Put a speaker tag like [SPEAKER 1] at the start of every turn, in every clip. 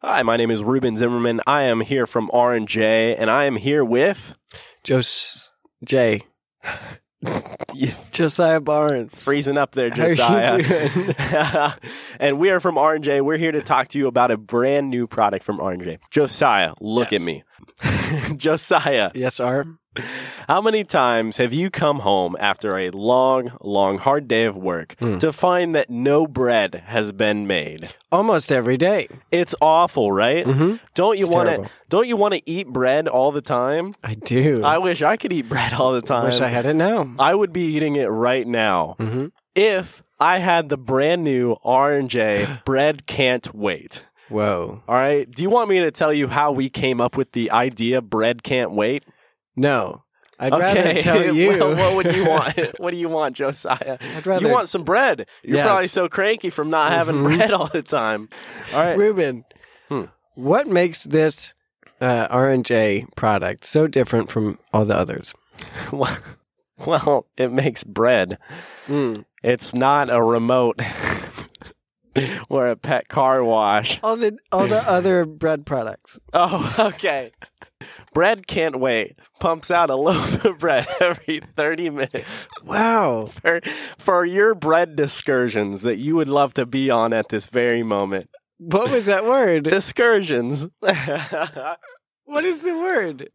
[SPEAKER 1] Hi, my name is Ruben Zimmerman. I am here from R&J, and I am here with...
[SPEAKER 2] Jos Jay. Josiah Barnes.
[SPEAKER 1] Freezing up there,
[SPEAKER 2] How are you doing?
[SPEAKER 1] Josiah. and we are from R&J. We're here to talk to you about a brand new product from R&J. Josiah, look
[SPEAKER 2] Yes.
[SPEAKER 1] at me. Josiah,
[SPEAKER 2] Yes, R.
[SPEAKER 1] How many times have you come home after a long, long, hard day of work
[SPEAKER 2] Hmm.
[SPEAKER 1] to find that no bread has been made?
[SPEAKER 2] Almost every day.
[SPEAKER 1] It's awful, right?
[SPEAKER 2] Mhm.
[SPEAKER 1] Don't you
[SPEAKER 2] It's
[SPEAKER 1] want to
[SPEAKER 2] terrible.
[SPEAKER 1] don't you want to eat bread all the time?
[SPEAKER 2] I do.
[SPEAKER 1] I wish I could eat bread all the time.
[SPEAKER 2] wish I had it now.
[SPEAKER 1] I would be eating it right now
[SPEAKER 2] hmm
[SPEAKER 1] if I had the brand new R&J bread can't wait.
[SPEAKER 2] Whoa.
[SPEAKER 1] All right? Do you want me to tell you how we came up with the idea bread can't wait?
[SPEAKER 2] No. I'd rather tell you.
[SPEAKER 1] well, what would you want? what do you want, Josiah?
[SPEAKER 2] I'd rather-
[SPEAKER 1] You want some bread. You're
[SPEAKER 2] Yes. Mm-hmm.
[SPEAKER 1] probably so cranky from not having bread all the time. All right.
[SPEAKER 2] Ruben,
[SPEAKER 1] Hmm.
[SPEAKER 2] what makes this uh, R&J product so different from all the others?
[SPEAKER 1] Well, well, it makes bread. Hmm. It's not a remote or a pet car wash.
[SPEAKER 2] All the all the other bread products.
[SPEAKER 1] Oh, okay. Bread can't wait. Pumps out a loaf of bread every 30 minutes
[SPEAKER 2] Wow.
[SPEAKER 1] for, for your bread discursions that you would love to be on at this very moment.
[SPEAKER 2] What was that word?
[SPEAKER 1] Discursions.
[SPEAKER 2] what is the word?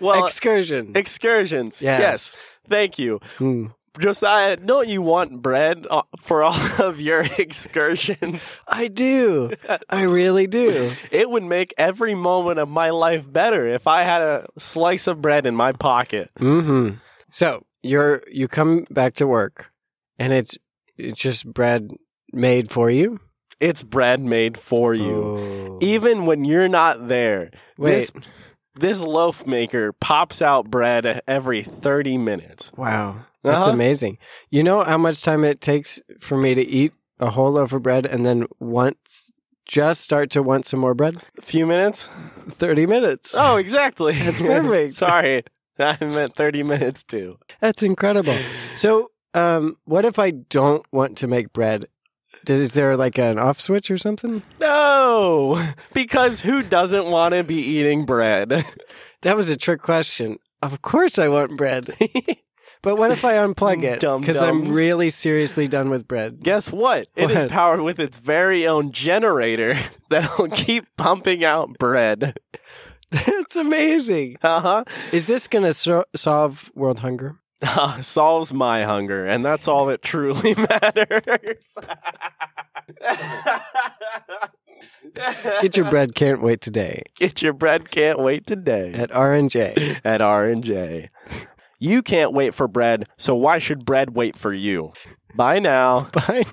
[SPEAKER 1] well,
[SPEAKER 2] Excursion.
[SPEAKER 1] excursions.
[SPEAKER 2] Yes.
[SPEAKER 1] Thank you.
[SPEAKER 2] Hmm.
[SPEAKER 1] Josiah, don't you want bread uh, for all of your excursions?
[SPEAKER 2] I do. I really do.
[SPEAKER 1] It would make every moment of my life better if I had a slice of bread in my pocket.
[SPEAKER 2] hmm So you're you come back to work, and it's it's just bread made for you.
[SPEAKER 1] It's bread made for you.
[SPEAKER 2] Oh.
[SPEAKER 1] Even when you're not there,
[SPEAKER 2] Wait.
[SPEAKER 1] this this loaf maker pops out bread every 30 minutes.
[SPEAKER 2] Wow, that's
[SPEAKER 1] Uh-huh.
[SPEAKER 2] amazing. You know how much time it takes for me to eat a whole loaf of bread and then once just start to want some more bread?
[SPEAKER 1] A few minutes?
[SPEAKER 2] Thirty minutes.
[SPEAKER 1] Oh, exactly.
[SPEAKER 2] That's perfect.
[SPEAKER 1] Sorry. I meant 30 minutes too.
[SPEAKER 2] That's incredible. So, um, what if I don't want to make bread? Is there like an off switch or something?
[SPEAKER 1] No, because who doesn't want to be eating bread?
[SPEAKER 2] That was a trick question. Of course, I want bread. But what if I unplug it? Because I'm
[SPEAKER 1] Dum-dums.
[SPEAKER 2] really seriously done with bread.
[SPEAKER 1] Guess what? It is
[SPEAKER 2] What?
[SPEAKER 1] powered with its very own generator that'll keep pumping out bread.
[SPEAKER 2] That's amazing.
[SPEAKER 1] Uh-huh.
[SPEAKER 2] Is this going to so- solve world hunger?
[SPEAKER 1] Uh, solves my hunger, and that's all that truly matters.
[SPEAKER 2] Get your bread can't wait today
[SPEAKER 1] Get your bread can't wait today.
[SPEAKER 2] at R&J.
[SPEAKER 1] at R&J. You can't wait for bread, so why should bread wait for you? Bye now.
[SPEAKER 2] Bye.